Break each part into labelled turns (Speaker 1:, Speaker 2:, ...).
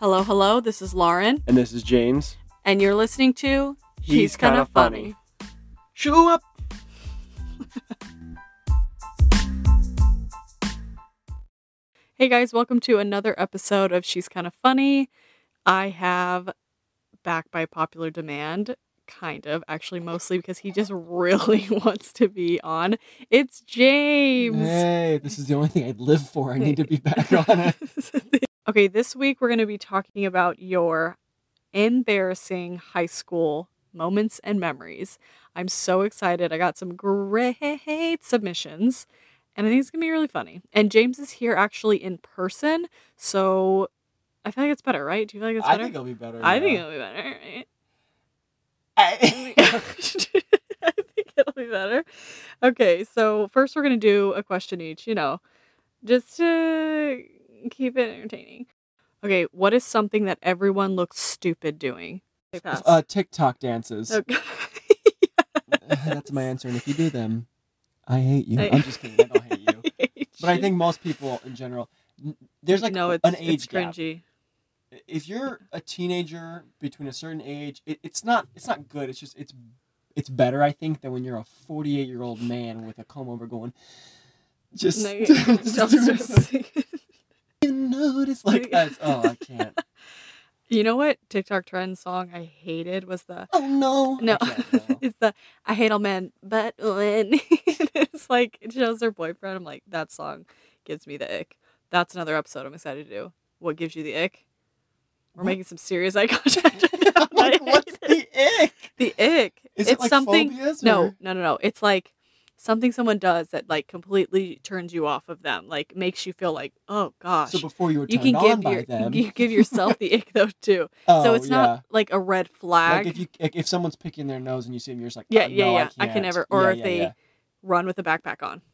Speaker 1: Hello, hello. This is Lauren,
Speaker 2: And this is James.
Speaker 1: and you're listening to
Speaker 2: He's Kinda Funny. Show up!
Speaker 1: Hey guys, welcome to another episode of She's Kind of Funny. I have back by popular demand, kind of, actually, mostly because he just really wants to be on. It's James.
Speaker 2: Hey, this is the only thing I live for. I need to be back on it.
Speaker 1: okay, this week we're going to be talking about your embarrassing high school moments and memories. I'm so excited. I got some great submissions, and I think it's going to be really funny. And James is here actually in person, so I feel like it's better, right? Do you feel like it's
Speaker 2: I
Speaker 1: better?
Speaker 2: think it'll be better.
Speaker 1: I
Speaker 2: yeah.
Speaker 1: think it'll be better, right?
Speaker 2: I-
Speaker 1: I think it'll be better. Okay, so first we're gonna do a question each, you know, just to keep it entertaining. Okay, what is something that everyone looks stupid doing? They pass.
Speaker 2: uh, TikTok dances.
Speaker 1: okay.
Speaker 2: That's my answer. And if you do them, I hate you.
Speaker 1: I-
Speaker 2: I'm just kidding. I don't hate you. But I think most people in general, n- there's like
Speaker 1: no, it's,
Speaker 2: an age
Speaker 1: it's
Speaker 2: gap.
Speaker 1: cringy.
Speaker 2: If you're a teenager between a certain age, it, it's not it's not good. It's just it's it's better I think than when you're a 48 year old man with a comb over going. Just,
Speaker 1: No, you-
Speaker 2: just
Speaker 1: don't
Speaker 2: do it."
Speaker 1: stress.
Speaker 2: you notice
Speaker 1: like,
Speaker 2: like
Speaker 1: that's-
Speaker 2: oh I can't
Speaker 1: you know what TikTok trend song I hated was the
Speaker 2: oh no
Speaker 1: No, it's the I hate all men, but when it's like it shows her boyfriend. I'm like, that song gives me the ick. That's another episode I'm excited to do. What gives you the ick? We're
Speaker 2: What?
Speaker 1: making some serious eye contact.
Speaker 2: I'm like
Speaker 1: I
Speaker 2: what's
Speaker 1: hate
Speaker 2: the ick
Speaker 1: it. the ick?
Speaker 2: is
Speaker 1: it's
Speaker 2: it like
Speaker 1: something.
Speaker 2: phobias
Speaker 1: No,
Speaker 2: or-
Speaker 1: no, no, no. It's like something someone does that like completely turns you off of them. Like makes you feel like, oh gosh.
Speaker 2: so before you were
Speaker 1: you can
Speaker 2: turned on
Speaker 1: give
Speaker 2: by
Speaker 1: your
Speaker 2: them
Speaker 1: you give yourself the ick though too.
Speaker 2: oh,
Speaker 1: so it's
Speaker 2: yeah.
Speaker 1: not like a red flag.
Speaker 2: like if you like if someone's picking their nose and you see them you're just like
Speaker 1: Yeah,
Speaker 2: "Uh,
Speaker 1: yeah,
Speaker 2: no,
Speaker 1: yeah.
Speaker 2: I,
Speaker 1: I can
Speaker 2: can't.
Speaker 1: never- or
Speaker 2: Yeah,
Speaker 1: if
Speaker 2: yeah,
Speaker 1: they-
Speaker 2: yeah.
Speaker 1: run with a backpack on.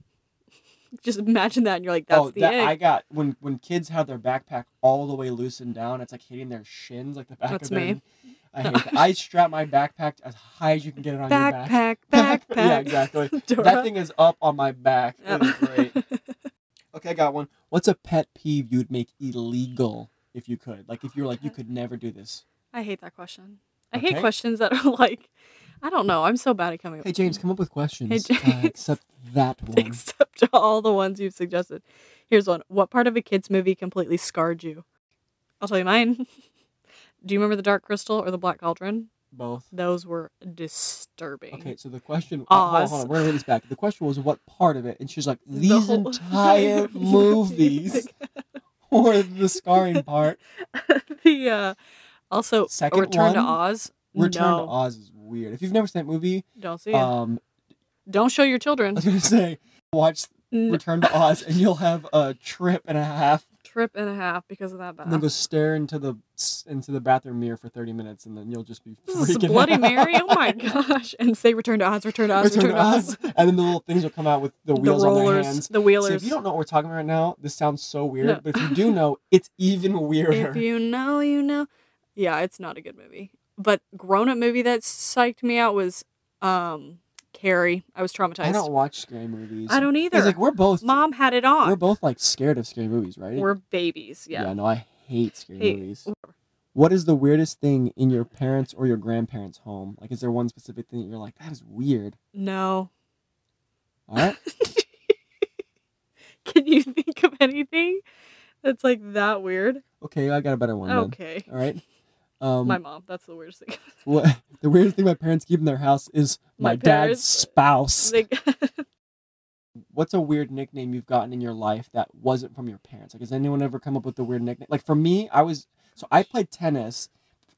Speaker 1: Just imagine that, and you're like, "That's
Speaker 2: oh
Speaker 1: the
Speaker 2: that
Speaker 1: egg."
Speaker 2: I got when when kids have their backpack all the way loosened down it's like hitting their shins like the back
Speaker 1: That's
Speaker 2: of their
Speaker 1: me.
Speaker 2: I hate that. I strap my backpack as high as you can get it on your back
Speaker 1: backpack, backpack.
Speaker 2: yeah exactly
Speaker 1: Dora.
Speaker 2: that thing is up on my back it is
Speaker 1: Oh.
Speaker 2: great Okay, I got one. What's a pet peeve you'd make illegal if you could? Like if you were like you could never do this.
Speaker 1: I hate that question. I hate
Speaker 2: Okay.
Speaker 1: questions that are like, I don't know. I'm so bad at coming. up
Speaker 2: Hey James, come up with questions.
Speaker 1: Hey, James.
Speaker 2: Uh, except that one.
Speaker 1: Except all the ones you've suggested. Here's one. What part of a kid's movie completely scarred you? I'll tell you mine. Do you remember the Dark Crystal or the Black Cauldron?
Speaker 2: Both.
Speaker 1: Those were disturbing.
Speaker 2: Okay, so the question. uh, hold on,
Speaker 1: Oz.
Speaker 2: hold on, we're gonna read this back. The question was what part of it, and she's like
Speaker 1: The
Speaker 2: these
Speaker 1: whole-
Speaker 2: entire movies or the scarring part.
Speaker 1: the uh, also
Speaker 2: Second
Speaker 1: a Return to
Speaker 2: one,
Speaker 1: Oz.
Speaker 2: Return
Speaker 1: no,
Speaker 2: to Oz is weird. If you've never seen that movie,
Speaker 1: don't see it.
Speaker 2: um,
Speaker 1: Don't show your
Speaker 2: I
Speaker 1: children.
Speaker 2: was gonna say watch
Speaker 1: N-
Speaker 2: Return to Oz, and you'll have a trip and a half
Speaker 1: trip and a half because of that bath.
Speaker 2: and then go stare into the into the bathroom mirror for 30 minutes and then you'll just be
Speaker 1: this is
Speaker 2: freaking
Speaker 1: Bloody
Speaker 2: out.
Speaker 1: Mary. Oh my gosh! And say return to Oz, return to Oz, return,
Speaker 2: Return
Speaker 1: to Oz.
Speaker 2: to Oz. and then the little things will come out with the
Speaker 1: The
Speaker 2: wheels on their
Speaker 1: rollers,
Speaker 2: hands
Speaker 1: the
Speaker 2: See,
Speaker 1: wheelers.
Speaker 2: if you don't know what we're talking about right now this sounds so weird
Speaker 1: No.
Speaker 2: but if you do know it's even weirder
Speaker 1: if you know, you know. Yeah, it's not a good movie. But grown-up movie that psyched me out was um Carrie. I was traumatized.
Speaker 2: i don't watch scary movies
Speaker 1: I don't either.
Speaker 2: it's like we're both
Speaker 1: Mom had it on.
Speaker 2: we're both like scared of scary movies right
Speaker 1: We're babies. Yeah.
Speaker 2: no i hate scary
Speaker 1: Hey,
Speaker 2: movies what is the weirdest thing in your parents or your grandparents home like is there one specific thing that you're like that is weird
Speaker 1: No.
Speaker 2: all right
Speaker 1: Can you think of anything that's like that weird?
Speaker 2: okay i got a better one then.
Speaker 1: Okay.
Speaker 2: All right. Um,
Speaker 1: My mom. That's the weirdest thing.
Speaker 2: what, the weirdest thing my parents keep in their house is
Speaker 1: My
Speaker 2: my,
Speaker 1: parents- uh,
Speaker 2: dad's spouse.
Speaker 1: like,
Speaker 2: What's a weird nickname you've gotten in your life that wasn't from your parents? Like, has anyone ever come up with a weird nickname? Like, for me, I was so I played tennis.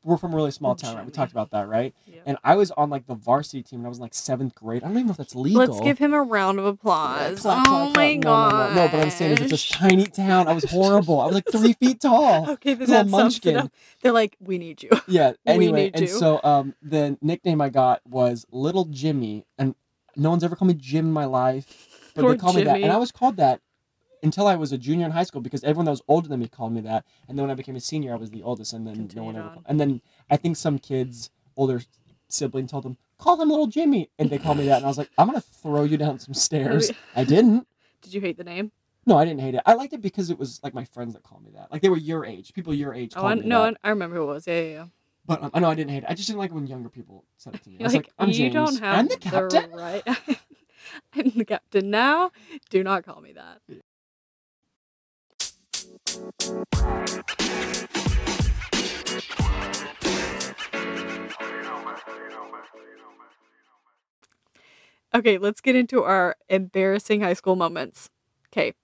Speaker 2: We're from a really
Speaker 1: Oh,
Speaker 2: small town. Right? We talked about that, right?
Speaker 1: yeah.
Speaker 2: And I was on like the varsity team, and I was in, like seventh grade. I don't even know if that's legal.
Speaker 1: Let's give him a round of
Speaker 2: Yeah,
Speaker 1: applause.
Speaker 2: clap, clap,
Speaker 1: oh
Speaker 2: clap.
Speaker 1: my
Speaker 2: No,
Speaker 1: god.
Speaker 2: no, no, no, but I'm saying is it's this tiny town. I was horrible. I was like three feet tall.
Speaker 1: Okay, then
Speaker 2: little
Speaker 1: that sums it
Speaker 2: munchkin.
Speaker 1: up. They're like, we need you.
Speaker 2: Yeah.
Speaker 1: We
Speaker 2: Anyway,
Speaker 1: need
Speaker 2: and
Speaker 1: you.
Speaker 2: so um, the nickname I got was Little Jimmy, and no one's ever called me Jim in my life, but
Speaker 1: Poor
Speaker 2: they call me that,
Speaker 1: Jimmy.
Speaker 2: and I was called that until I was a junior in high school because everyone that was older than me called me that, and then when I became a senior, I was the oldest, and then no one
Speaker 1: Continued
Speaker 2: ever.
Speaker 1: on.
Speaker 2: Called. And then I think some kids, older sibling, told them call him Little Jimmy, and they called me that, and I was like, I'm gonna throw you down some stairs. I didn't.
Speaker 1: Did you hate the name?
Speaker 2: No, I didn't hate it. I liked it because it was like my friends that called me that. Like they were your age, people your age.
Speaker 1: Oh,
Speaker 2: called
Speaker 1: I,
Speaker 2: me
Speaker 1: no,
Speaker 2: that.
Speaker 1: I, I remember who it was. Yeah, yeah, yeah.
Speaker 2: But um, I know I didn't hate it. I just didn't like it when younger people said it to me. I
Speaker 1: You're
Speaker 2: was like,
Speaker 1: like,
Speaker 2: I'm
Speaker 1: you
Speaker 2: James.
Speaker 1: don't have
Speaker 2: I'm the captain.
Speaker 1: right. I'm the captain now. Do not call me that. Okay, let's get into our embarrassing high school moments. Okay.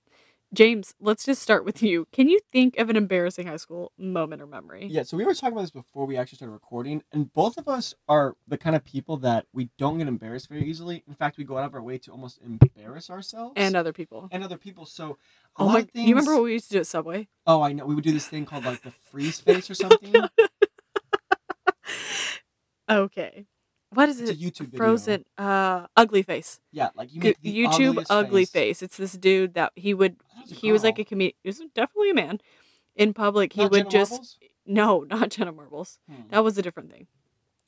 Speaker 1: James, let's just start with you. Can you think of an embarrassing high school moment or memory?
Speaker 2: Yeah, so we were talking about this before we actually started recording, and both of us are the kind of people that we don't get embarrassed very easily. In fact, we go out of our way to almost embarrass ourselves
Speaker 1: And other people.
Speaker 2: and other people. So, a
Speaker 1: Oh
Speaker 2: lot
Speaker 1: my!
Speaker 2: of things.
Speaker 1: You remember what we used to do at Subway?
Speaker 2: Oh, I know. We would do this thing called like the freeze face
Speaker 1: Oh
Speaker 2: or something.
Speaker 1: Okay. What is
Speaker 2: It's a
Speaker 1: it?
Speaker 2: YouTube video.
Speaker 1: Frozen, uh, ugly face.
Speaker 2: Yeah, like you
Speaker 1: Go-
Speaker 2: make the
Speaker 1: YouTube
Speaker 2: ugliest
Speaker 1: ugly
Speaker 2: face.
Speaker 1: face. It's this dude that he would.
Speaker 2: I thought it a
Speaker 1: He was like
Speaker 2: girl.
Speaker 1: a comedian. He was definitely a man. In public, he
Speaker 2: Not
Speaker 1: would
Speaker 2: Jenna
Speaker 1: just
Speaker 2: Marbles?
Speaker 1: no, not Jenna Marbles.
Speaker 2: Hmm.
Speaker 1: That was a different thing.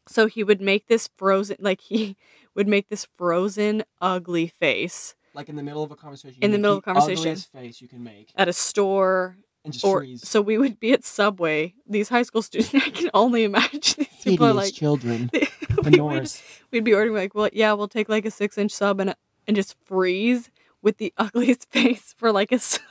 Speaker 1: So he would make this frozen, like he would make this frozen ugly face
Speaker 2: like in the middle of a conversation. you
Speaker 1: In the
Speaker 2: make
Speaker 1: middle of conversation.
Speaker 2: ugliest face you can make
Speaker 1: at a store
Speaker 2: and just
Speaker 1: or
Speaker 2: freeze.
Speaker 1: so we would be at Subway. These high school students, I can only imagine these people are like
Speaker 2: children.
Speaker 1: we would we'd be ordering like, well, yeah, we'll take like a six inch sub and and just freeze with the ugliest face for like a sub.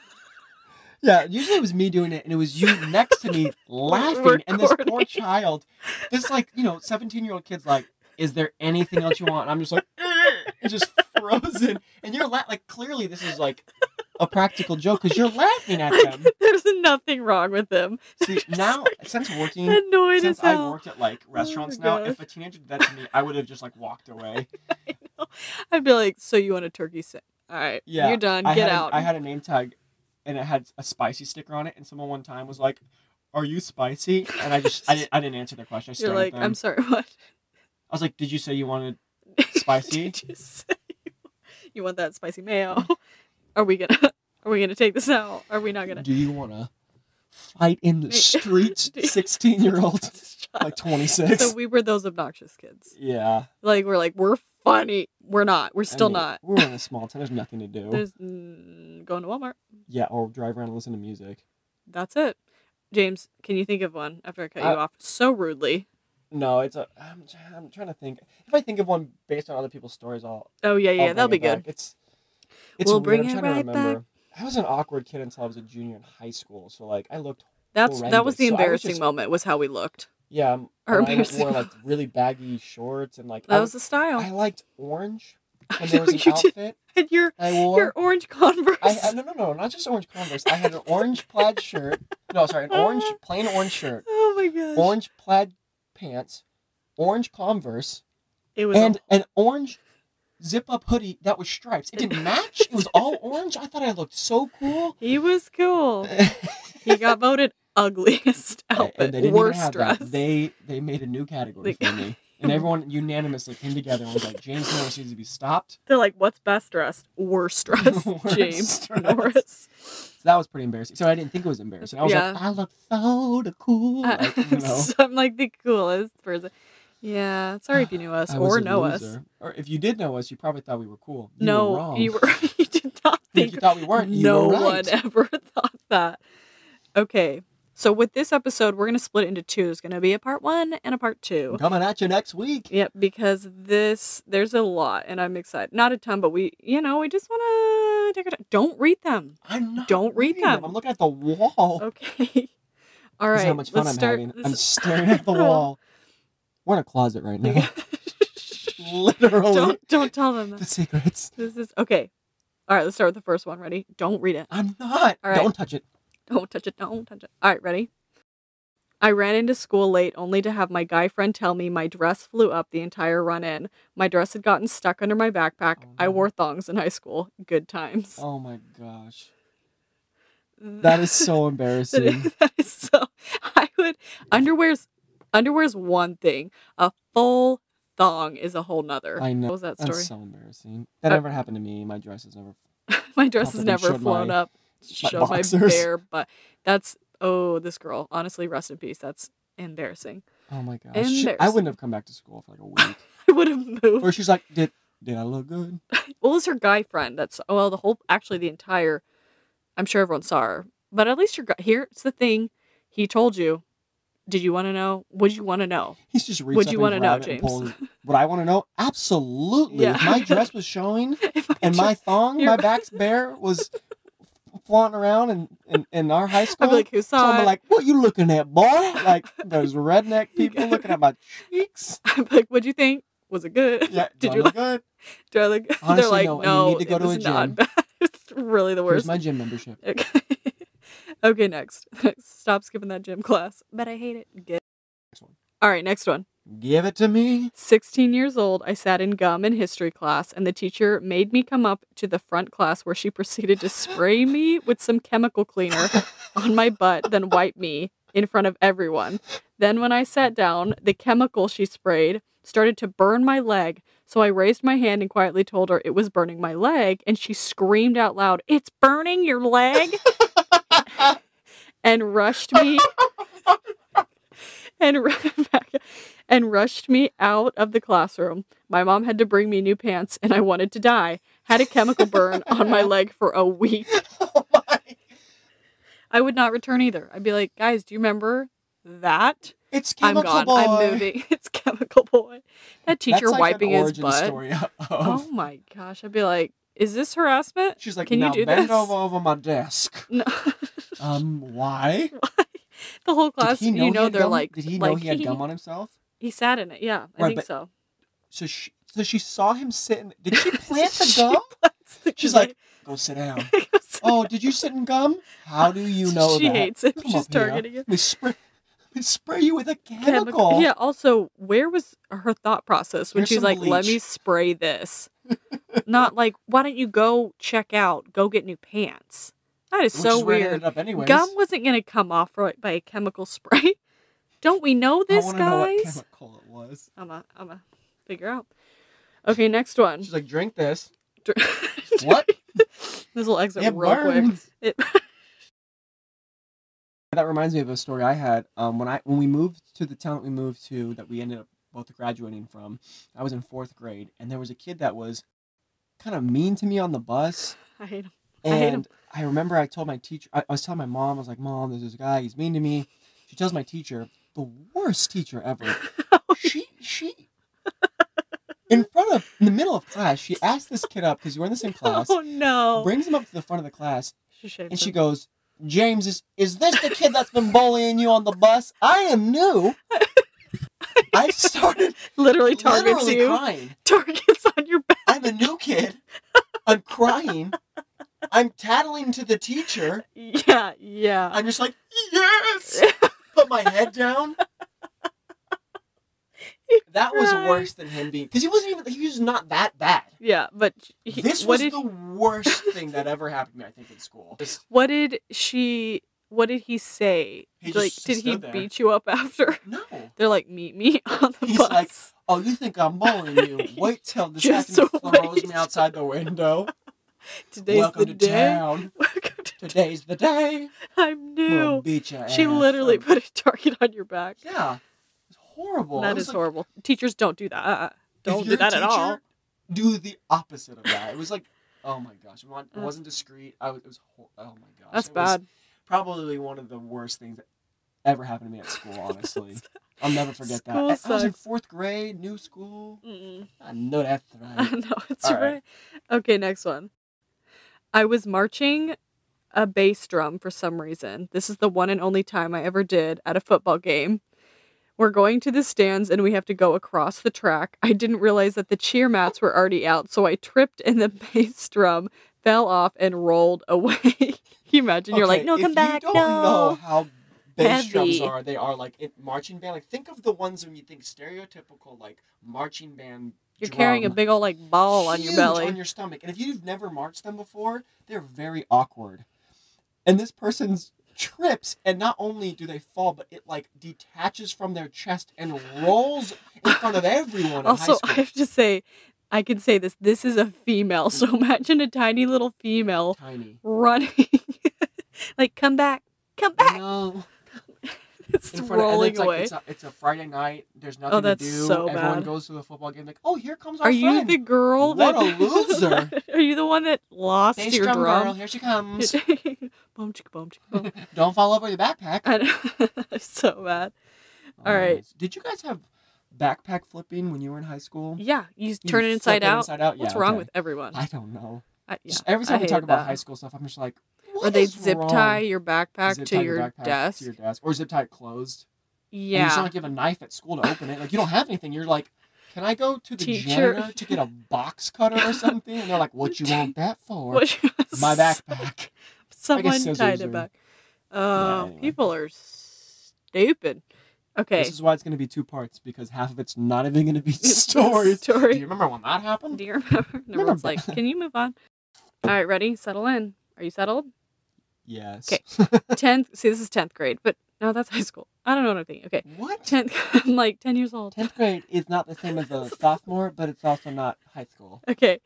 Speaker 2: Yeah, usually it was me doing it, and it was you next to me laughing, and this poor
Speaker 1: Recording.
Speaker 2: child, this like you know, seventeen year old kid's like, "Is there anything else you want?" And I'm just like, and just frozen, and you're la- like, clearly this is like a practical joke because you're laughing at them.
Speaker 1: There's nothing wrong with them.
Speaker 2: See, now since working.
Speaker 1: Annoyed
Speaker 2: Mm, Since
Speaker 1: as
Speaker 2: I
Speaker 1: hell. Oh
Speaker 2: worked at like restaurants
Speaker 1: my
Speaker 2: now,
Speaker 1: gosh.
Speaker 2: if a teenager did that to me, I would have just like walked away.
Speaker 1: I'd be like, so you want a turkey set? All right,
Speaker 2: Yeah,
Speaker 1: you're done.
Speaker 2: I
Speaker 1: Get
Speaker 2: had a-
Speaker 1: out.
Speaker 2: I had a name tag, and it had a spicy sticker on it, and someone one time was like, "Are you spicy?" And I just I didn't, I didn't answer their question. I
Speaker 1: you're
Speaker 2: stared
Speaker 1: like,
Speaker 2: at them.
Speaker 1: I'm sorry, what?
Speaker 2: I was like, "Did you say you wanted?" Spicy?
Speaker 1: Spicy? you, say? You want that spicy mayo? Are we gonna? Are we gonna take this out? Are we not gonna?
Speaker 2: Do you want to fight in the
Speaker 1: Wait.
Speaker 2: streets,
Speaker 1: Do you-
Speaker 2: sixteen year old,
Speaker 1: Shut
Speaker 2: like
Speaker 1: up.
Speaker 2: twenty six?
Speaker 1: so we were those obnoxious kids.
Speaker 2: Yeah,
Speaker 1: Like we're like we're funny. We're not. We're
Speaker 2: I
Speaker 1: still
Speaker 2: mean,
Speaker 1: not.
Speaker 2: We're in a small town. There's nothing to do.
Speaker 1: There's mm, going to Walmart.
Speaker 2: Yeah, or drive around and listen to music.
Speaker 1: That's it. James, can you think of one after I cut
Speaker 2: I-
Speaker 1: you off so rudely?
Speaker 2: No, it's a. I'm, try- I'm trying to think. If I think of one based on other people's stories, I'll.
Speaker 1: Oh yeah, yeah,
Speaker 2: I'll
Speaker 1: that'll be
Speaker 2: bring it
Speaker 1: good.
Speaker 2: back. It's. It's
Speaker 1: We'll
Speaker 2: weird.
Speaker 1: bring
Speaker 2: I'm
Speaker 1: it
Speaker 2: trying
Speaker 1: right
Speaker 2: to
Speaker 1: back.
Speaker 2: remember. I was an awkward kid until I was a junior in high school. So like, I looked.
Speaker 1: That's that was
Speaker 2: horrendous.
Speaker 1: the
Speaker 2: So I was
Speaker 1: embarrassing
Speaker 2: just-
Speaker 1: moment was how we looked.
Speaker 2: Yeah, um,
Speaker 1: Or
Speaker 2: and I
Speaker 1: embarrassing
Speaker 2: wore like really baggy shorts and like.
Speaker 1: That
Speaker 2: I,
Speaker 1: was the style.
Speaker 2: I liked orange.
Speaker 1: I
Speaker 2: And there
Speaker 1: know
Speaker 2: was an
Speaker 1: you did.
Speaker 2: outfit
Speaker 1: And your
Speaker 2: I wore.
Speaker 1: your orange Converse.
Speaker 2: I, I no no no not just orange Converse. I had an orange plaid shirt. No, sorry, an orange plain orange shirt,
Speaker 1: oh my gosh.
Speaker 2: orange plaid pants, orange Converse,
Speaker 1: It was
Speaker 2: and
Speaker 1: a-
Speaker 2: an orange zip up hoodie that was stripes. It didn't match. It was all orange. I thought I looked so cool.
Speaker 1: he was cool. he got voted ugliest outfit,
Speaker 2: and they didn't
Speaker 1: Oh, worst
Speaker 2: even have
Speaker 1: dress.
Speaker 2: that. They they made a new category
Speaker 1: Like-
Speaker 2: for me, and everyone unanimously came together and was like, "James Norris needs to be stopped."
Speaker 1: They're like, what's best dressed? Worst dressed.
Speaker 2: Worst
Speaker 1: James
Speaker 2: dressed.
Speaker 1: Norris.
Speaker 2: So that was pretty embarrassing. So I didn't think it was embarrassing. I was
Speaker 1: Yeah.
Speaker 2: like, "I look so da cool." Like, you know.
Speaker 1: Uh, so I'm like the coolest person. Yeah, sorry if you knew us
Speaker 2: I was
Speaker 1: or
Speaker 2: a
Speaker 1: know us.
Speaker 2: loser. Or if you did know us, you probably thought we were cool. You
Speaker 1: no,
Speaker 2: were wrong.
Speaker 1: you were. You did not
Speaker 2: if
Speaker 1: think.
Speaker 2: you thought we weren't, you
Speaker 1: no
Speaker 2: were right.
Speaker 1: one ever thought that. Okay, so with this episode, we're gonna split it into two. There's gonna be a part one and a part two.
Speaker 2: Coming at you next week.
Speaker 1: Yep, because this there's a lot, and I'm excited. Not a ton, but we, you know, we just wanna take a. Don't read them.
Speaker 2: I'm not.
Speaker 1: Don't read
Speaker 2: reading them.
Speaker 1: them.
Speaker 2: I'm looking at the wall.
Speaker 1: Okay. All
Speaker 2: Oh. This
Speaker 1: right.
Speaker 2: is how much fun
Speaker 1: let's
Speaker 2: I'm
Speaker 1: start.
Speaker 2: having.
Speaker 1: this
Speaker 2: I'm
Speaker 1: is-
Speaker 2: staring at the wall. We're in a closet right now. Literally.
Speaker 1: don't don't tell them.
Speaker 2: The
Speaker 1: That.
Speaker 2: secrets.
Speaker 1: This is okay. All right, let's start with the first one. Ready? Don't read it.
Speaker 2: I'm not.
Speaker 1: All right.
Speaker 2: Don't touch it.
Speaker 1: Don't touch it. Don't touch it. All right, ready? I ran into school late only to have my guy friend tell me my dress flew up the entire run in. My dress had gotten stuck under my backpack.
Speaker 2: Oh,
Speaker 1: I
Speaker 2: no.
Speaker 1: wore thongs in high school. Good times.
Speaker 2: Oh my gosh. That is so
Speaker 1: That
Speaker 2: embarrassing.
Speaker 1: is, that is so. I would underwear's underwear's one thing. A full thong is a whole nother.
Speaker 2: I know.
Speaker 1: What was that story?
Speaker 2: That's so embarrassing. That
Speaker 1: Uh,
Speaker 2: never happened to me. My dress is never.
Speaker 1: my dress has
Speaker 2: Not that it
Speaker 1: never
Speaker 2: showed
Speaker 1: flown
Speaker 2: my-
Speaker 1: up.
Speaker 2: my
Speaker 1: Showed my
Speaker 2: boxers.
Speaker 1: bare butt. That's oh, this girl. Honestly, rest in peace. That's embarrassing.
Speaker 2: Oh my gosh. She- I
Speaker 1: Embarrassing.
Speaker 2: wouldn't have come back to school for like a week.
Speaker 1: I would have moved.
Speaker 2: Or she's like, did did I look good?
Speaker 1: What was her guy friend? That's well, the whole actually the entire I'm sure everyone saw her, but at least you're go- here's the thing. He told you. Did you want to know? Would you want to know?
Speaker 2: He's just reaching.
Speaker 1: Would
Speaker 2: up
Speaker 1: you
Speaker 2: in
Speaker 1: wanna
Speaker 2: his
Speaker 1: know,
Speaker 2: rabbit and
Speaker 1: James?
Speaker 2: pulling- Would I want to know? Absolutely. If
Speaker 1: Yeah.
Speaker 2: my dress was showing
Speaker 1: If I
Speaker 2: and
Speaker 1: just-
Speaker 2: my thong,
Speaker 1: You're-
Speaker 2: my back's bare, was flaunting around in, in, in our high
Speaker 1: I'd
Speaker 2: school.
Speaker 1: be like, who
Speaker 2: someone
Speaker 1: saw
Speaker 2: be
Speaker 1: it?
Speaker 2: like, what you looking at, boy? Like those redneck people looking at my cheeks.
Speaker 1: I'd be like, what'd you think? Was it good?
Speaker 2: Yeah,
Speaker 1: Did
Speaker 2: do I
Speaker 1: you
Speaker 2: look good?
Speaker 1: Do I look? good?" They're
Speaker 2: Honestly,
Speaker 1: like,
Speaker 2: no, and you
Speaker 1: no,
Speaker 2: need to go
Speaker 1: it
Speaker 2: to a
Speaker 1: was not
Speaker 2: gym.
Speaker 1: bad. it's really the
Speaker 2: Where's
Speaker 1: worst.
Speaker 2: my gym membership?
Speaker 1: okay. okay, next. Stop skipping that gym class. But I hate it. Get.
Speaker 2: Next one.
Speaker 1: All right, next one.
Speaker 2: Give it to me.
Speaker 1: 16 years old, I sat in gum in history class, and the teacher made me come up to the front class where she proceeded to spray me with some chemical cleaner on my butt, then wipe me in front of everyone. Then, when I sat down, the chemical she sprayed started to burn my leg. So I raised my hand and quietly told her it was burning my leg, and she screamed out loud, It's burning your leg! and rushed me and ran back and rushed me out of the classroom. My mom had to bring me new pants and I wanted to die. Had a chemical burn on my leg for a week.
Speaker 2: Oh my.
Speaker 1: I would not return either. I'd be like, guys, do you remember that?
Speaker 2: It's
Speaker 1: I'm
Speaker 2: chemical
Speaker 1: gone.
Speaker 2: boy.
Speaker 1: I'm moving. It's chemical boy. That
Speaker 2: That's
Speaker 1: teacher
Speaker 2: like
Speaker 1: wiping
Speaker 2: an
Speaker 1: his
Speaker 2: origin
Speaker 1: butt.
Speaker 2: Story of,
Speaker 1: Oh my gosh. I'd be like, is this harassment?
Speaker 2: She's like,
Speaker 1: Can you
Speaker 2: now
Speaker 1: do
Speaker 2: bend
Speaker 1: this?"
Speaker 2: over over my desk.
Speaker 1: No.
Speaker 2: Um, why?
Speaker 1: the whole class,
Speaker 2: Did he know
Speaker 1: you
Speaker 2: he
Speaker 1: know,
Speaker 2: had
Speaker 1: they're
Speaker 2: gum?
Speaker 1: like,
Speaker 2: Did he know
Speaker 1: like,
Speaker 2: he had gum on himself?
Speaker 1: he sat in it. Yeah, I
Speaker 2: Right,
Speaker 1: think
Speaker 2: but-
Speaker 1: so.
Speaker 2: So she, so she saw him sitting. Did she plant the
Speaker 1: She
Speaker 2: gum?
Speaker 1: plants the
Speaker 2: She's
Speaker 1: gum.
Speaker 2: like, go sit down. Oh, did you sit in gum? How do you know
Speaker 1: she
Speaker 2: that?
Speaker 1: hates it.
Speaker 2: Come
Speaker 1: She's
Speaker 2: up here.
Speaker 1: targeting it.
Speaker 2: We spray, we spray you with a chemical.
Speaker 1: Chemical- Yeah. Also, where was her thought process when
Speaker 2: Here's
Speaker 1: she's
Speaker 2: some
Speaker 1: like, "Let me
Speaker 2: bleach."
Speaker 1: spray this," not like, "Why don't you go check out, go get new pants"? That is
Speaker 2: Which
Speaker 1: so
Speaker 2: is where it
Speaker 1: weird.
Speaker 2: ended up anyways.
Speaker 1: Gum wasn't gonna come off right by a chemical spray. Don't we know
Speaker 2: I
Speaker 1: this,
Speaker 2: want to know what
Speaker 1: guys?
Speaker 2: chemical it was.
Speaker 1: I'm a, I'm a figure out. Okay, next one.
Speaker 2: She's like, drink this.
Speaker 1: this
Speaker 2: What?
Speaker 1: will exit
Speaker 2: It
Speaker 1: real quick.
Speaker 2: burns.
Speaker 1: It-
Speaker 2: That reminds me of a story I had um, when I when we moved to the town that we moved to that we ended up both graduating from. I was in fourth grade, and there was a kid that was kind of mean to me on the bus.
Speaker 1: I hate him. I hate him.
Speaker 2: And I, remember I told my teacher, I, I was telling my mom, I was like, Mom, there's this guy, he's mean to me. She tells my teacher, the worst teacher ever. she, she, in front of, in the middle of class, she asked this kid up because we were in the same class,
Speaker 1: Oh no.
Speaker 2: brings him up to the front of the class,
Speaker 1: she shaved
Speaker 2: and she
Speaker 1: him.
Speaker 2: goes, James, is, is this the kid that's been bullying you on the bus? I am new. I started
Speaker 1: literally targets
Speaker 2: literally
Speaker 1: you.
Speaker 2: crying.
Speaker 1: Targets on your back.
Speaker 2: I'm a new kid. I'm crying. I'm tattling to the teacher.
Speaker 1: Yeah, yeah.
Speaker 2: I'm just like, yes! Put my head down. That was
Speaker 1: cried.
Speaker 2: worse than him being because he wasn't even he was not that bad.
Speaker 1: Yeah, but he,
Speaker 2: this
Speaker 1: what
Speaker 2: was
Speaker 1: did
Speaker 2: the worst thing that ever happened to me, I think, in school. Just-
Speaker 1: what did she what did he say?
Speaker 2: He
Speaker 1: like
Speaker 2: just
Speaker 1: did he
Speaker 2: stood there.
Speaker 1: beat you up after?
Speaker 2: no.
Speaker 1: They're like meet me on the
Speaker 2: He's
Speaker 1: bus.
Speaker 2: like, Oh, you think I'm bullying you? Wait till this
Speaker 1: Just
Speaker 2: afternoon throws
Speaker 1: wait.
Speaker 2: me outside the window.
Speaker 1: Today's
Speaker 2: Welcome
Speaker 1: the
Speaker 2: to
Speaker 1: day.
Speaker 2: town.
Speaker 1: Welcome to-
Speaker 2: Today's the day.
Speaker 1: I'm
Speaker 2: We'll
Speaker 1: new.
Speaker 2: beat your
Speaker 1: She
Speaker 2: ass.
Speaker 1: literally
Speaker 2: Um,
Speaker 1: put a target on your back.
Speaker 2: Yeah. It's horrible.
Speaker 1: that
Speaker 2: It was
Speaker 1: is
Speaker 2: like,
Speaker 1: horrible. Teachers don't do that.
Speaker 2: if
Speaker 1: Don't do
Speaker 2: you're a
Speaker 1: that at all.
Speaker 2: teacher, Do the opposite of that. It was like, oh my gosh, it wa- it wasn't discreet. I was, it was, hor- oh my gosh,
Speaker 1: Mm. That's
Speaker 2: It was
Speaker 1: bad.
Speaker 2: probably one of the worst things that ever happened to me at school. Honestly, I'll never forget
Speaker 1: School
Speaker 2: that. I- I was in
Speaker 1: sucks.
Speaker 2: fourth grade, new school.
Speaker 1: Mm-mm.
Speaker 2: I know that's
Speaker 1: I
Speaker 2: right.
Speaker 1: know it's
Speaker 2: All
Speaker 1: right.
Speaker 2: right.
Speaker 1: Okay, next one. I was marching a bass drum for some reason. This is the one and only time I ever did at a football game. We're going to the stands and we have to go across the track. I didn't realize that the cheer mats were already out, so I tripped and the bass drum fell off and rolled away. Can you imagine? You're like,
Speaker 2: Okay,
Speaker 1: no,
Speaker 2: if
Speaker 1: come back,
Speaker 2: You don't
Speaker 1: no.
Speaker 2: know how bass drums
Speaker 1: Heavy.
Speaker 2: are. They are like in marching band. Like think of the ones when you think stereotypical like marching band.
Speaker 1: You're carrying a
Speaker 2: drum.
Speaker 1: big old like ball on your
Speaker 2: huge
Speaker 1: belly.
Speaker 2: on your stomach. And if you've never marched them before, they're very awkward. And this person's trips, and not only do they fall, but it like detaches from their chest and rolls in front of everyone.
Speaker 1: Also,
Speaker 2: in
Speaker 1: I
Speaker 2: high school.
Speaker 1: have to say, I can say this. This is a female. So imagine a tiny little female
Speaker 2: tiny.
Speaker 1: running. like, come back, come back.
Speaker 2: No,
Speaker 1: It's
Speaker 2: in front of, and
Speaker 1: rolling
Speaker 2: it's like
Speaker 1: away. Oh,
Speaker 2: it's a, it's a Friday night. There's nothing
Speaker 1: that's
Speaker 2: to do.
Speaker 1: so
Speaker 2: Everyone
Speaker 1: bad.
Speaker 2: goes to the football game. Like, oh, here comes our
Speaker 1: Are you
Speaker 2: friend.
Speaker 1: the girl
Speaker 2: What
Speaker 1: that.
Speaker 2: a loser.
Speaker 1: Are you the one that lost
Speaker 2: bass
Speaker 1: your
Speaker 2: drum girl?
Speaker 1: drum?
Speaker 2: Here she comes.
Speaker 1: Boom, chicka, boom, chicka, boom.
Speaker 2: Don't fall over your backpack.
Speaker 1: I don't- I'm so bad. Uh, All right.
Speaker 2: Alright. Did you guys have backpack flipping when you were in high school?
Speaker 1: Yeah, you
Speaker 2: You
Speaker 1: turn it
Speaker 2: flip
Speaker 1: inside out.
Speaker 2: Inside out.
Speaker 1: What's
Speaker 2: Yeah,
Speaker 1: wrong
Speaker 2: okay.
Speaker 1: with everyone?
Speaker 2: I don't know.
Speaker 1: I, yeah,
Speaker 2: Just every
Speaker 1: I
Speaker 2: time we talk
Speaker 1: hated
Speaker 2: about
Speaker 1: that.
Speaker 2: high school stuff, I'm just like, what
Speaker 1: or they
Speaker 2: is
Speaker 1: zip
Speaker 2: wrong?
Speaker 1: tie your backpack
Speaker 2: Zip
Speaker 1: to
Speaker 2: tie
Speaker 1: your,
Speaker 2: backpack
Speaker 1: desk.
Speaker 2: to your desk, or zip tie it closed. And you
Speaker 1: yeah,
Speaker 2: sound like you have a knife at school to open it. Like you don't have anything. You're like, can I go to the
Speaker 1: Teacher.
Speaker 2: janitor to get a box cutter or something? And they're like, what you want that for?
Speaker 1: What-
Speaker 2: My backpack.
Speaker 1: Someone tied
Speaker 2: scissors
Speaker 1: it
Speaker 2: or-
Speaker 1: back. Oh,
Speaker 2: anyway.
Speaker 1: people are stupid. Okay,
Speaker 2: This is why it's going to be two parts because half of it's not even going to be
Speaker 1: It's a
Speaker 2: stories.
Speaker 1: story.
Speaker 2: Do you remember when that happened?
Speaker 1: do you remember? And Everyone's like, can you move on?
Speaker 2: Oh.
Speaker 1: All right, ready? Settle in. Are you settled?
Speaker 2: Yes.
Speaker 1: 'Kay. Tenth. See, this is tenth grade, but no, that's high school. I don't know what I'm thinking. Okay,
Speaker 2: What?
Speaker 1: tenth. I'm like ten years old.
Speaker 2: Tenth grade is not the same as a sophomore, but it's also not high school.
Speaker 1: Okay.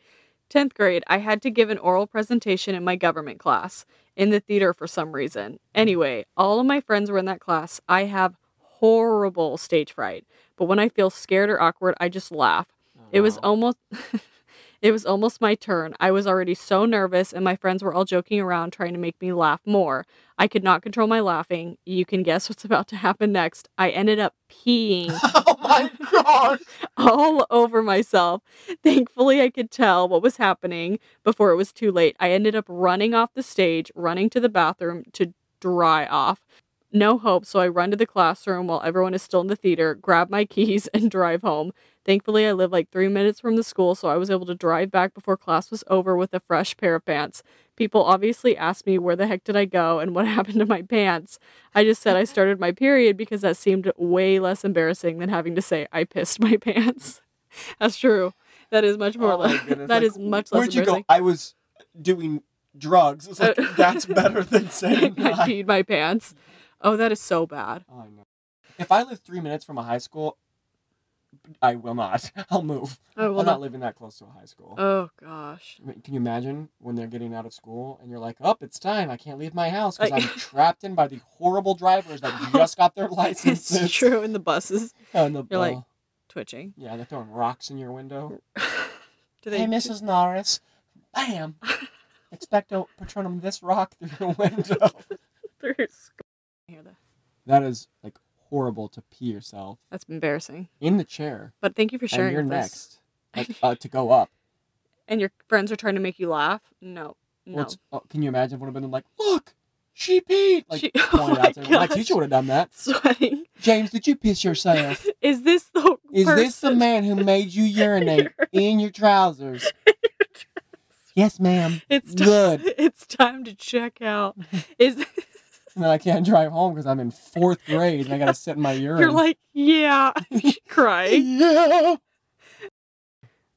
Speaker 1: 10th grade, I had to give an oral presentation in my government class in the theater for some reason. Anyway, all of my friends were in that class. I have horrible stage fright, but when I feel scared or awkward, I just laugh. It was
Speaker 2: Oh,
Speaker 1: almost it was almost my turn. I was already so nervous and my friends were all joking around trying to make me laugh more. I could not control my laughing. You can guess what's about to happen next. I ended up peeing
Speaker 2: oh my gosh!
Speaker 1: all over myself. Thankfully, I could tell what was happening before it was too late. I ended up running off the stage, running to the bathroom to dry off. No hope, so I run to the classroom while everyone is still in the theater, grab my keys, and drive home. Thankfully, I live like three minutes from the school, so I was able to drive back before class was over with a fresh pair of pants. People obviously asked me where the heck did I go and what happened to my pants. I just said I started my period because that seemed way less embarrassing than having to say I pissed my pants. That's true. That is much more.
Speaker 2: Oh my
Speaker 1: less.
Speaker 2: goodness,
Speaker 1: that
Speaker 2: like,
Speaker 1: is much less
Speaker 2: Where'd you go?
Speaker 1: embarrassing.
Speaker 2: I was doing drugs. It's like
Speaker 1: Uh,
Speaker 2: that's better than saying that.
Speaker 1: I peed my pants. Oh, that is so bad.
Speaker 2: Oh, I know. If I live three minutes from a high school, I will not. I'll move.
Speaker 1: I will
Speaker 2: I'm not
Speaker 1: not-
Speaker 2: living that close to a high school.
Speaker 1: Oh gosh.
Speaker 2: I mean, Can you imagine when they're getting out of school and you're like, "Up, it's time! I can't leave my house because
Speaker 1: Like-
Speaker 2: I'm trapped in by the horrible drivers that just got their licenses."
Speaker 1: It's true. And the bus is
Speaker 2: And the,
Speaker 1: You're like-
Speaker 2: oh,
Speaker 1: twitching.
Speaker 2: yeah, they're throwing rocks in your window.
Speaker 1: Do they?
Speaker 2: hey, Mrs. Norris, bam! Expecto patronum this rock through your window.
Speaker 1: through school. I hear that.
Speaker 2: that is like horrible to pee yourself
Speaker 1: That's embarrassing.
Speaker 2: in the chair,
Speaker 1: But thank you for
Speaker 2: and
Speaker 1: sharing
Speaker 2: you're
Speaker 1: with us.
Speaker 2: next like, uh, to go up.
Speaker 1: And your friends are trying to make you laugh. No, no.
Speaker 2: Well, it's- oh, can you imagine? Would have been like, look, she peed. Like,
Speaker 1: She-
Speaker 2: pointed
Speaker 1: oh my
Speaker 2: out to everyone. my
Speaker 1: gosh.
Speaker 2: teacher would have done that.
Speaker 1: Sweating.
Speaker 2: James, did you piss yourself?
Speaker 1: Is this the
Speaker 2: Is this the
Speaker 1: person-
Speaker 2: man who made you urinate in your trousers? yes, ma'am.
Speaker 1: It's ti-
Speaker 2: Good.
Speaker 1: It's time to check out. Is
Speaker 2: And then I can't drive home because I'm in fourth grade and I gotta sit in my urine.
Speaker 1: you're like yeah, crying.
Speaker 2: yeah.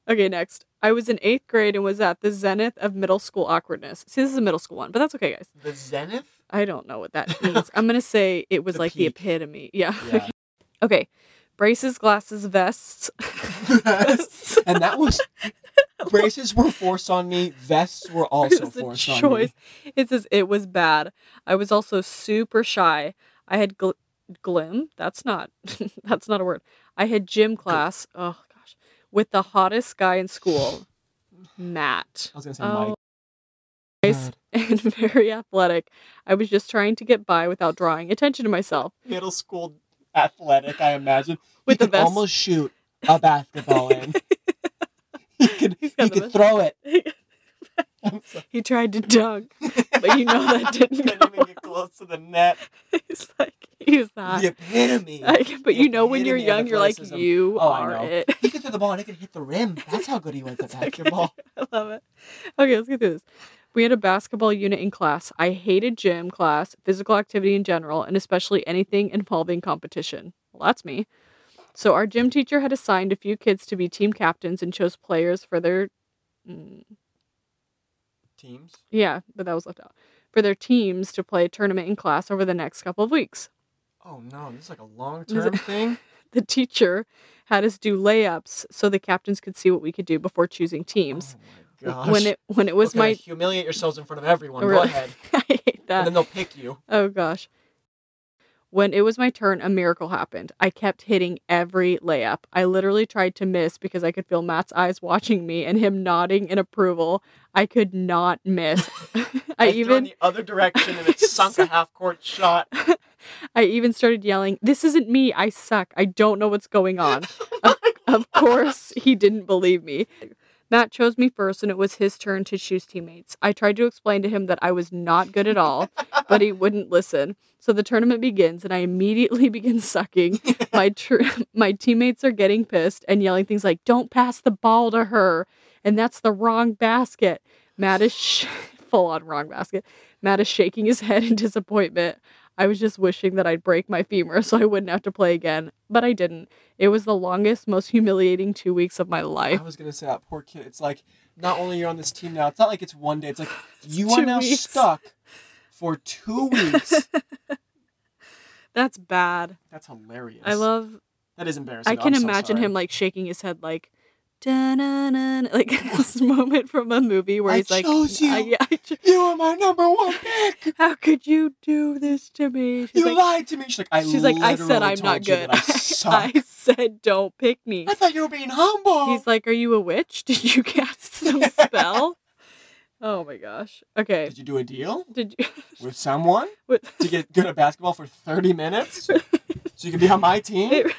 Speaker 1: Okay, next. I was in eighth grade and was at the zenith of middle school awkwardness. See, this is a middle school one, but that's okay, guys.
Speaker 2: The zenith.
Speaker 1: I don't know what that means. I'm gonna say it was
Speaker 2: The
Speaker 1: like
Speaker 2: peak.
Speaker 1: the epitome. Yeah.
Speaker 2: Yeah.
Speaker 1: Okay. Braces, glasses, vests. Vests.
Speaker 2: and that was braces were forced on me. Vests were
Speaker 1: It
Speaker 2: also
Speaker 1: was a
Speaker 2: forced on me.
Speaker 1: choice. It says it was bad. I was also super shy. I had gl- glim. That's not. that's not a word. I had gym class. Oh gosh, with the hottest guy in school, Matt.
Speaker 2: I was gonna say
Speaker 1: Oh,
Speaker 2: Mike.
Speaker 1: nice and very athletic. I was just trying to get by without drawing attention to myself.
Speaker 2: middle school athletic, I imagine.
Speaker 1: With
Speaker 2: he
Speaker 1: the
Speaker 2: could
Speaker 1: best-
Speaker 2: almost shoot a basketball in. he could, he
Speaker 1: He's got the best-
Speaker 2: could throw it.
Speaker 1: he tried to dunk, but you know that didn't
Speaker 2: Couldn't
Speaker 1: go. Ah.
Speaker 2: even get close to the net.
Speaker 1: He's like, he's not.
Speaker 2: The epitome.
Speaker 1: Like, but
Speaker 2: the
Speaker 1: you know when you're
Speaker 2: epitome of
Speaker 1: young, you're like,
Speaker 2: athleticism.
Speaker 1: you
Speaker 2: Oh, I
Speaker 1: are
Speaker 2: know.
Speaker 1: it.
Speaker 2: he could throw the ball and it could hit the rim. That's how good he was at
Speaker 1: okay.
Speaker 2: basketball.
Speaker 1: I love it. Okay, let's get through this. We had a basketball unit in class. I hated gym class, physical activity in general, and especially anything involving competition. Well, that's me. So our gym teacher had assigned a few kids to be team captains and chose players for their mm,
Speaker 2: Teams.
Speaker 1: yeah, but that was left out. For their teams to play a tournament in class over the next couple of weeks.
Speaker 2: Oh no, this is like a long
Speaker 1: term
Speaker 2: term thing.
Speaker 1: The teacher had us do layups so the captains could see what we could do before choosing teams.
Speaker 2: Oh, my gosh.
Speaker 1: When it when it was my
Speaker 2: humiliate yourselves in front of everyone.
Speaker 1: Really?
Speaker 2: Go ahead,
Speaker 1: I hate that.
Speaker 2: and then they'll pick you.
Speaker 1: Oh gosh. Oh, When it was my turn, a miracle happened. I kept hitting every layup. I literally tried to miss because I could feel Matt's eyes watching me and him nodding in approval. I could not miss. I
Speaker 3: threw in
Speaker 1: even
Speaker 3: the other direction and it sunk a half court shot.
Speaker 1: I even started yelling, "This isn't me. I suck. I don't know what's going on." Of, of course, he didn't believe me. Matt chose me first and it was his turn to choose teammates. I tried to explain to him that I was not good at all, but he wouldn't listen. So the tournament begins and I immediately begin sucking. My tr- my teammates are getting pissed and yelling things like "Don't pass the ball to her." And that's the wrong basket. Matt is sh- full on wrong basket. Matt is shaking his head in disappointment. I was just wishing that I'd break my femur so I wouldn't have to play again, but I didn't. It was the longest, most humiliating two weeks of my
Speaker 2: I
Speaker 1: life.
Speaker 2: was gonna say that poor kid. It's like not only you're on this team now. It's not like it's one day. It's like you are
Speaker 1: two
Speaker 2: now
Speaker 1: weeks.
Speaker 2: stuck for two weeks.
Speaker 1: That's bad.
Speaker 2: That's hilarious.
Speaker 1: I love.
Speaker 2: that. Is embarrassing.
Speaker 1: I can
Speaker 2: I'm so
Speaker 1: imagine
Speaker 2: sorry.
Speaker 1: him like shaking his head, like. "Dun-dun-dun," Like this moment from a movie where
Speaker 2: I
Speaker 1: he's like,
Speaker 2: chose you.
Speaker 1: I, yeah, I cho-
Speaker 2: You are my number one pick.
Speaker 1: "How could you do this to me?" She's
Speaker 2: You
Speaker 1: like,
Speaker 2: lied to me. She's like, I.
Speaker 1: she's like, "I said
Speaker 2: literally
Speaker 1: I'm not
Speaker 2: told you
Speaker 1: good.
Speaker 2: that I
Speaker 1: I,
Speaker 2: suck.
Speaker 1: said don't pick me."
Speaker 2: I thought you were being humble.
Speaker 1: He's like, "Are you a witch? Did you cast some spell?" Oh my gosh. Okay.
Speaker 2: Did you do a deal
Speaker 1: Did you?
Speaker 2: with someone
Speaker 1: with-
Speaker 2: to get good at basketball for thirty minutes, so you can be on my team?
Speaker 1: it-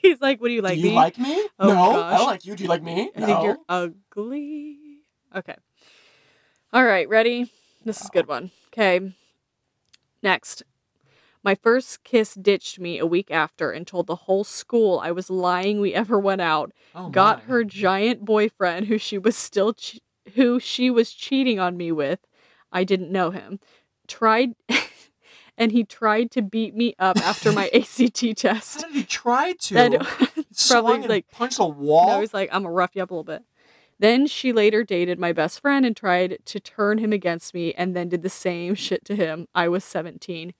Speaker 1: he's like, "What do you like
Speaker 2: do you
Speaker 1: me?
Speaker 2: like me?
Speaker 1: Oh,
Speaker 2: no, I
Speaker 1: gosh.
Speaker 2: don't like you. Do you like me?
Speaker 1: I
Speaker 2: no.
Speaker 1: think you're ugly." Okay. All right, ready? This is a good one. Okay. Next. My first kiss ditched me a week after and told the whole school I was lying we ever went out.
Speaker 2: Oh,
Speaker 1: got
Speaker 2: my.
Speaker 1: her giant boyfriend who she was still che- who she was cheating on me with. I didn't know him. Tried and he tried to beat me up after my ACT
Speaker 2: How
Speaker 1: test.
Speaker 2: did he try to?
Speaker 1: And
Speaker 2: Swung
Speaker 1: probably,
Speaker 2: and
Speaker 1: like-
Speaker 2: punched a
Speaker 1: and I
Speaker 2: wall.
Speaker 1: was like, I'm gonna rough you up a little bit. Then she later dated my best friend and tried to turn him against me and then did the same shit to him. I was 17.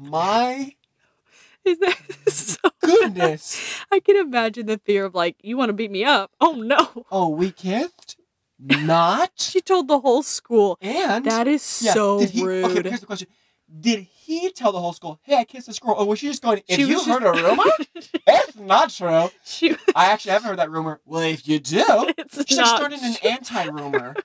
Speaker 2: My
Speaker 1: Is that so?
Speaker 2: goodness.
Speaker 1: I can imagine the fear of like, you want to beat me up? Oh no.
Speaker 2: Oh, we kissed? Not.
Speaker 1: She told the whole school.
Speaker 2: And
Speaker 1: That is
Speaker 2: Yeah,
Speaker 1: so
Speaker 2: did he,
Speaker 1: rude.
Speaker 2: Okay, but here's the question: Did he tell the whole school, "Hey, I kissed this girl"? Or was she just going, "If
Speaker 1: She
Speaker 2: you
Speaker 1: was
Speaker 2: heard
Speaker 1: just-
Speaker 2: a rumor, it's not true."
Speaker 1: She
Speaker 2: I actually haven't heard that rumor. Well, if you do,
Speaker 1: it's
Speaker 2: oh, she
Speaker 1: not.
Speaker 2: started an anti-rumor.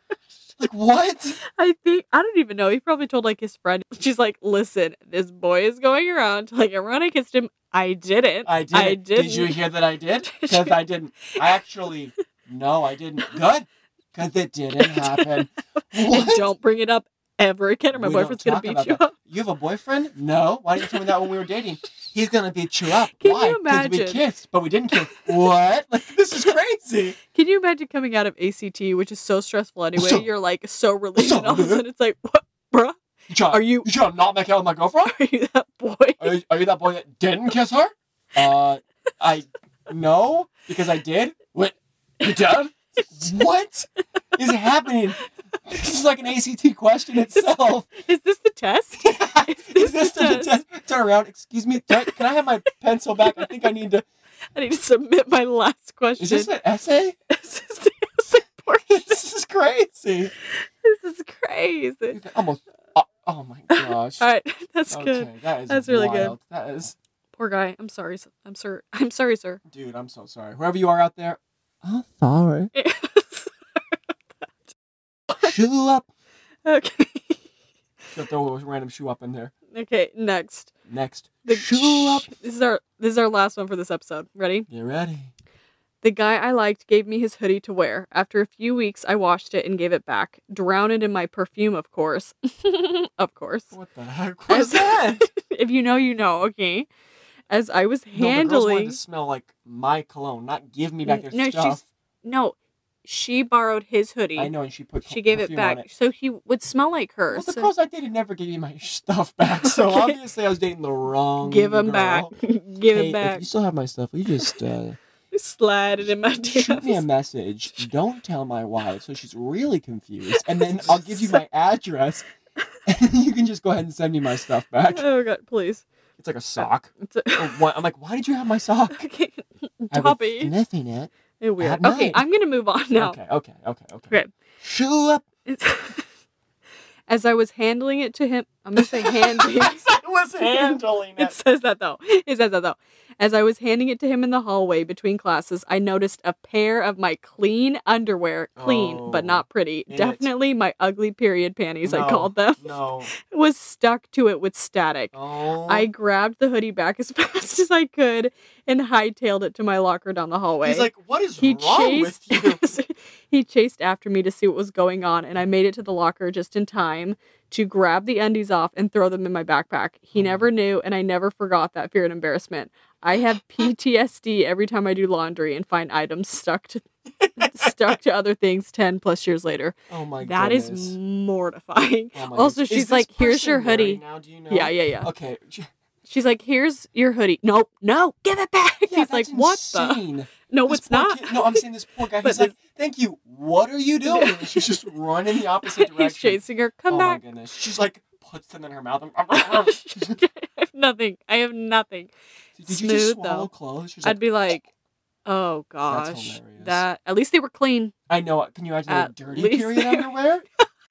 Speaker 2: like what?
Speaker 1: I think I don't even know. He probably told like his friend. She's like, "Listen, this boy is going around telling everyone I kissed him. I didn't.
Speaker 2: I did.
Speaker 1: I
Speaker 2: it. Did you
Speaker 1: didn't.
Speaker 2: hear that I did? Because I didn't. I actually, no, I didn't. Good. Because it didn't happen.
Speaker 1: And
Speaker 2: What?
Speaker 1: don't bring it up ever again, or my
Speaker 2: We don't
Speaker 1: boyfriend's gonna
Speaker 2: talk
Speaker 1: beat
Speaker 2: about
Speaker 1: you
Speaker 2: that.
Speaker 1: up."
Speaker 2: You have a boyfriend? No. Why didn't you tell me that when we were dating? He's gonna beat you up.
Speaker 1: Can
Speaker 2: Why?
Speaker 1: you
Speaker 2: we
Speaker 1: imagine?
Speaker 2: kissed, but we didn't kiss. what? Like this is crazy.
Speaker 1: Can you imagine coming out of ACT, which is so stressful anyway?
Speaker 2: So-
Speaker 1: You're like so relieved,
Speaker 2: so-
Speaker 1: and all of a sudden it's like, "What, bruh?
Speaker 2: You try,
Speaker 1: Are you
Speaker 2: you try to not make out with my girlfriend?
Speaker 1: are you that boy?"
Speaker 2: Are you, are you that boy that didn't kiss her? Uh, I no, because I did. What? You did? What is happening? This is like an ACT question itself.
Speaker 1: Is this the test?
Speaker 2: is this
Speaker 1: the
Speaker 2: the test? Turn around. Excuse me. Can I, can I have my pencil back? I think I need to.
Speaker 1: I need to submit my last question.
Speaker 2: Is this an essay?
Speaker 1: This is the essay portion.
Speaker 2: this is crazy.
Speaker 1: This is crazy.
Speaker 2: Almost. Oh, oh my gosh.
Speaker 1: All right, that's
Speaker 2: okay,
Speaker 1: good.
Speaker 2: that is
Speaker 1: That's really good.
Speaker 2: wild. That is,
Speaker 1: Poor guy. I'm sorry. s- I'm sir. I'm sorry, sir.
Speaker 2: dude. I'm so sorry. Whoever you are out there, I'm sorry. Shoe up.
Speaker 1: okay.
Speaker 2: Just throw a random shoe up in there.
Speaker 1: Okay. Next.
Speaker 2: Next.
Speaker 1: The
Speaker 2: shoe up.
Speaker 1: This is our this is our last one for this episode. Ready?
Speaker 2: Get ready.
Speaker 1: The guy I liked gave me his hoodie to wear. After a few weeks, I washed it and gave it back. Drown it in my perfume, of course. of course.
Speaker 2: What the heck was
Speaker 1: As-
Speaker 2: that?
Speaker 1: If you know, you know. Okay. As I was
Speaker 2: No, the girls wanted
Speaker 1: handling,
Speaker 2: to smell like my cologne, not give me back their
Speaker 1: No, she's-
Speaker 2: stuff.
Speaker 1: no, she borrowed his hoodie.
Speaker 2: I know, and she put
Speaker 1: She gave it
Speaker 2: perfume on
Speaker 1: back, so he would smell like her.
Speaker 2: Well, the
Speaker 1: so-
Speaker 2: girls I dated never gave me my stuff back, so
Speaker 1: Okay.
Speaker 2: obviously I was dating the wrong.
Speaker 1: Give him
Speaker 2: girl.
Speaker 1: back. Give it
Speaker 2: Hey, If
Speaker 1: back.
Speaker 2: you still have my stuff, will you just uh,
Speaker 1: Slide it in my
Speaker 2: shoot me a
Speaker 1: DMs.
Speaker 2: message? Don't tell my wife, so she's really confused, and then I'll give you my address, and then you can just go ahead and send me my stuff back.
Speaker 1: Oh god, please.
Speaker 2: It's like a sock.
Speaker 1: It's a-
Speaker 2: Or what- I'm like, why did you have my sock?
Speaker 1: okay,
Speaker 2: I was
Speaker 1: Dobby.
Speaker 2: sniffing it.
Speaker 1: Eh, weird.
Speaker 2: At
Speaker 1: Okay,
Speaker 2: night.
Speaker 1: I'm gonna move on now.
Speaker 2: Okay, okay, okay, okay.
Speaker 1: Okay.
Speaker 2: Shoe up.
Speaker 1: It's- As I was handling it to him, I'm gonna say handling.
Speaker 2: I
Speaker 3: was handling
Speaker 1: It
Speaker 3: it.
Speaker 1: says that though. It says that though. As I was handing it to him in the hallway between classes, I noticed a pair of my clean underwear, clean but
Speaker 3: Oh,
Speaker 1: not pretty,
Speaker 3: it.
Speaker 1: definitely my ugly period panties, I
Speaker 3: No.
Speaker 1: called them,
Speaker 3: No.
Speaker 1: was stuck to it with static.
Speaker 3: Oh.
Speaker 1: I grabbed the hoodie back as fast as I could and hightailed it to my locker down the hallway.
Speaker 3: He's like, what is
Speaker 1: he
Speaker 3: wrong
Speaker 1: chased
Speaker 3: with you?
Speaker 1: he chased after me to see what was going on and I made it to the locker just in time to grab the undies off and throw them in my backpack. He
Speaker 2: Mm-hmm.
Speaker 3: Oh.
Speaker 1: never knew and I never forgot that fear and embarrassment. I have PTSD every time I do laundry and find items stuck to stuck to other things 10 plus years later.
Speaker 2: Oh my
Speaker 1: That is
Speaker 2: goodness.
Speaker 1: mortifying.
Speaker 2: Oh my
Speaker 1: also
Speaker 2: goodness.
Speaker 1: she's
Speaker 3: Is this
Speaker 1: like, "Here's your
Speaker 3: person married
Speaker 1: hoodie."
Speaker 3: Now, do you know?
Speaker 1: Yeah, yeah, yeah.
Speaker 2: Okay.
Speaker 1: She's like, "Here's your hoodie." Nope, no, give it back. He's like, "What the?"
Speaker 2: the?
Speaker 1: No,
Speaker 2: This
Speaker 1: it's
Speaker 2: poor
Speaker 1: not.
Speaker 2: kid- no, I'm saying this poor guy.
Speaker 1: But
Speaker 2: He's like, thank you. What are you doing? And she's just running the opposite direction.
Speaker 1: He's chasing her. Come
Speaker 2: oh
Speaker 1: back.
Speaker 2: my goodness. She's like puts them in her mouth. and- Did
Speaker 1: I have nothing. I have nothing.
Speaker 2: you just
Speaker 1: Smooth,
Speaker 2: swallow
Speaker 1: though.
Speaker 2: clothes? She's
Speaker 1: I'd
Speaker 2: like,
Speaker 1: be like, oh gosh,
Speaker 2: hilarious.
Speaker 1: that. At least they were clean.
Speaker 2: I know. Can you imagine
Speaker 1: at
Speaker 2: the dirty
Speaker 1: least
Speaker 2: period
Speaker 1: they're-
Speaker 2: underwear?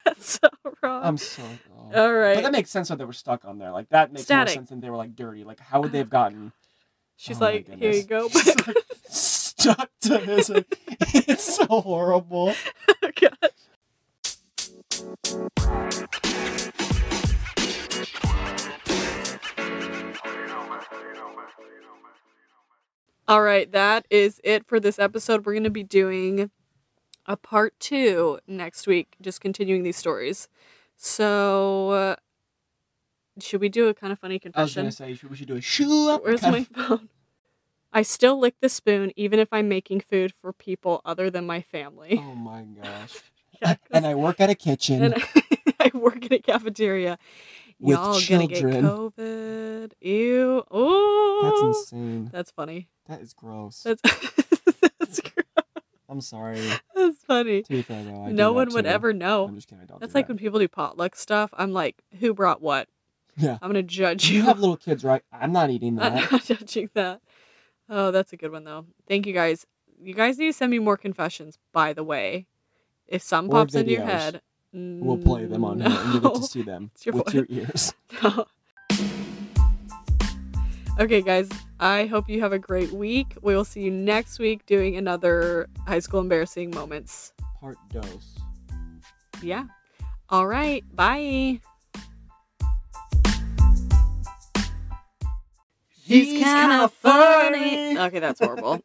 Speaker 1: That's so wrong.
Speaker 2: I'm so. oh.
Speaker 1: All right.
Speaker 2: But that makes sense that they were stuck on there. Like that makes
Speaker 1: Static.
Speaker 2: more sense than they were like dirty. Like how would they have gotten?
Speaker 1: She's
Speaker 2: Oh my
Speaker 1: like, here you go.
Speaker 2: goodness. She's like, stuck to this. like, it's so horrible.
Speaker 1: God. All right, that is it for this episode. We're going to be doing a part two next week, just continuing these stories. So, uh, should we do a kind of funny
Speaker 2: I was
Speaker 1: confession?
Speaker 2: gonna say should- we should do a shoe up.
Speaker 1: Where's
Speaker 2: kind
Speaker 1: my
Speaker 2: of-
Speaker 1: phone? I still lick the spoon even if I'm making food for people other than my family.
Speaker 2: Oh my gosh.
Speaker 1: Yeah, 'cause-
Speaker 2: and I work at a kitchen.
Speaker 1: and I, I work in a cafeteria.
Speaker 2: With
Speaker 1: Y'all gonna get
Speaker 2: children.
Speaker 1: COVID. Ew. Oh.
Speaker 2: That's insane.
Speaker 1: That's funny.
Speaker 2: That is gross.
Speaker 1: That's that's, gr-
Speaker 2: I'm sorry.
Speaker 1: that's funny.
Speaker 2: To be fair though, I do
Speaker 1: no
Speaker 2: that
Speaker 1: one would
Speaker 2: too.
Speaker 1: ever know.
Speaker 2: I'm just kidding. I don't.
Speaker 1: That's
Speaker 2: do
Speaker 1: like
Speaker 2: that.
Speaker 1: when people do potluck stuff. I'm like, who brought what?
Speaker 2: Yeah.
Speaker 1: I'm gonna judge
Speaker 2: you have little kids, right? I'm not eating
Speaker 1: I'm
Speaker 2: that.
Speaker 1: not judging that. Oh, that's a good one though. Thank you guys. You guys need to send me more confessions, by the way. If some
Speaker 2: Or
Speaker 1: pops into your
Speaker 2: videos.
Speaker 1: head, Mm,
Speaker 2: We'll play them on here, and you get to see them
Speaker 1: It's your
Speaker 2: with
Speaker 1: voice.
Speaker 2: your ears.
Speaker 1: no. okay, guys. I hope you have a great week. We will see you next week doing another high school embarrassing moments.
Speaker 2: Part dose.
Speaker 1: Yeah. All right. Bye.
Speaker 3: He's kinda funny.
Speaker 1: Okay, that's horrible.